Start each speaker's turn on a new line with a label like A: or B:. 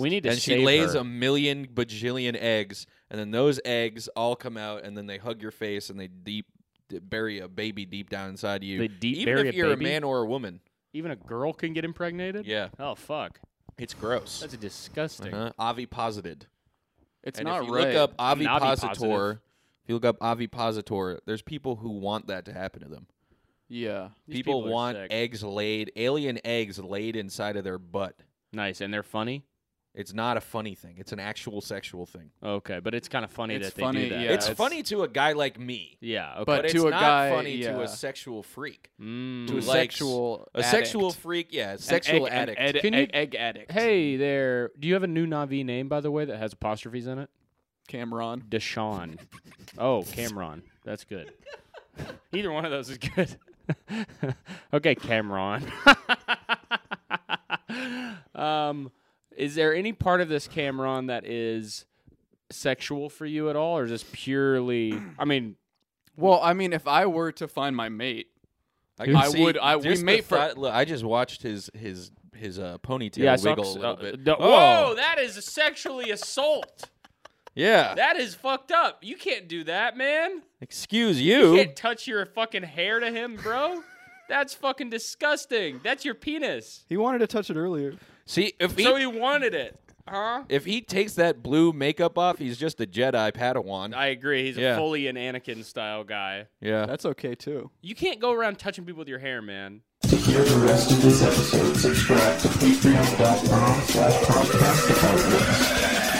A: We need to
B: and she
A: save
B: lays
A: her.
B: a million bajillion eggs, and then those eggs all come out, and then they hug your face, and they deep d- bury a baby deep down inside you.
A: They deep
B: Even
A: bury
B: if
A: a
B: you're
A: baby?
B: a man or a woman.
A: Even a girl can get impregnated?
B: Yeah,
A: Oh fuck.
B: it's gross.
A: That's disgusting.
B: uh-huh. Oviposited.
C: It's
B: and
C: not
B: if you
C: right.
B: look up
A: An
B: ovipositor,
A: ovipositive.
B: if you look up ovipositor, there's people who want that to happen to them.
C: yeah.
A: These
B: people,
A: people are
B: want
A: sick.
B: eggs laid, alien eggs laid inside of their butt.
A: Nice, and they're funny.
B: It's not a funny thing. It's an actual sexual thing.
A: Okay, but it's kind of funny
C: It's
A: that they
C: funny,
A: do that.
C: Yeah,
B: it's,
C: it's-
B: funny to a guy like me,
A: Yeah. Okay.
B: but,
C: But
B: it's
C: to a
B: not
C: guy-
B: funny to
C: yeah.
B: a sexual freak.
A: Mm.
B: to
C: To a
B: like likes-
C: sexual
B: A sexual
C: addict.
B: freak, yeah,
C: An
B: sexual
C: egg, an
B: addict.
C: ed-
A: Can
C: egg,
A: you-
C: egg addict.
A: Hey there. Do you have a new Navi name, by the way, that has apostrophes in it?
C: Cameron.
A: Deshaun. oh, Cameron. That's good. Either one of those is good. okay, Cameron. um, is there any part of this Cameron that is sexual for you at all, or is this purely? I mean,
C: Well, I mean, if I were to find my mate,
B: can
C: I would- I- we
B: just the
C: mate for-
B: thought- look, I just watched his his his uh, ponytail
A: yeah, I saw-
B: wiggle a little
A: uh,
B: bit.
A: the-
B: Oh,
A: whoa, that is sexually assault.
B: yeah.
A: That is fucked up. You can't do that, man.
B: Excuse
A: You
B: you.
A: can't touch your fucking hair to him, bro. That's fucking disgusting. That's your penis.
C: he wanted to touch it earlier.
B: See if he
A: So he wanted it. Huh?
B: if he takes that blue makeup off, he's just a Jedi Padawan.
A: I agree. He's
B: Yeah.
A: a fully an Anakin style guy.
B: yeah.
C: That's okay too.
A: You can't go around touching people with your hair, man.
D: To hear the rest of this episode, subscribe to patreon.com slash podcast department.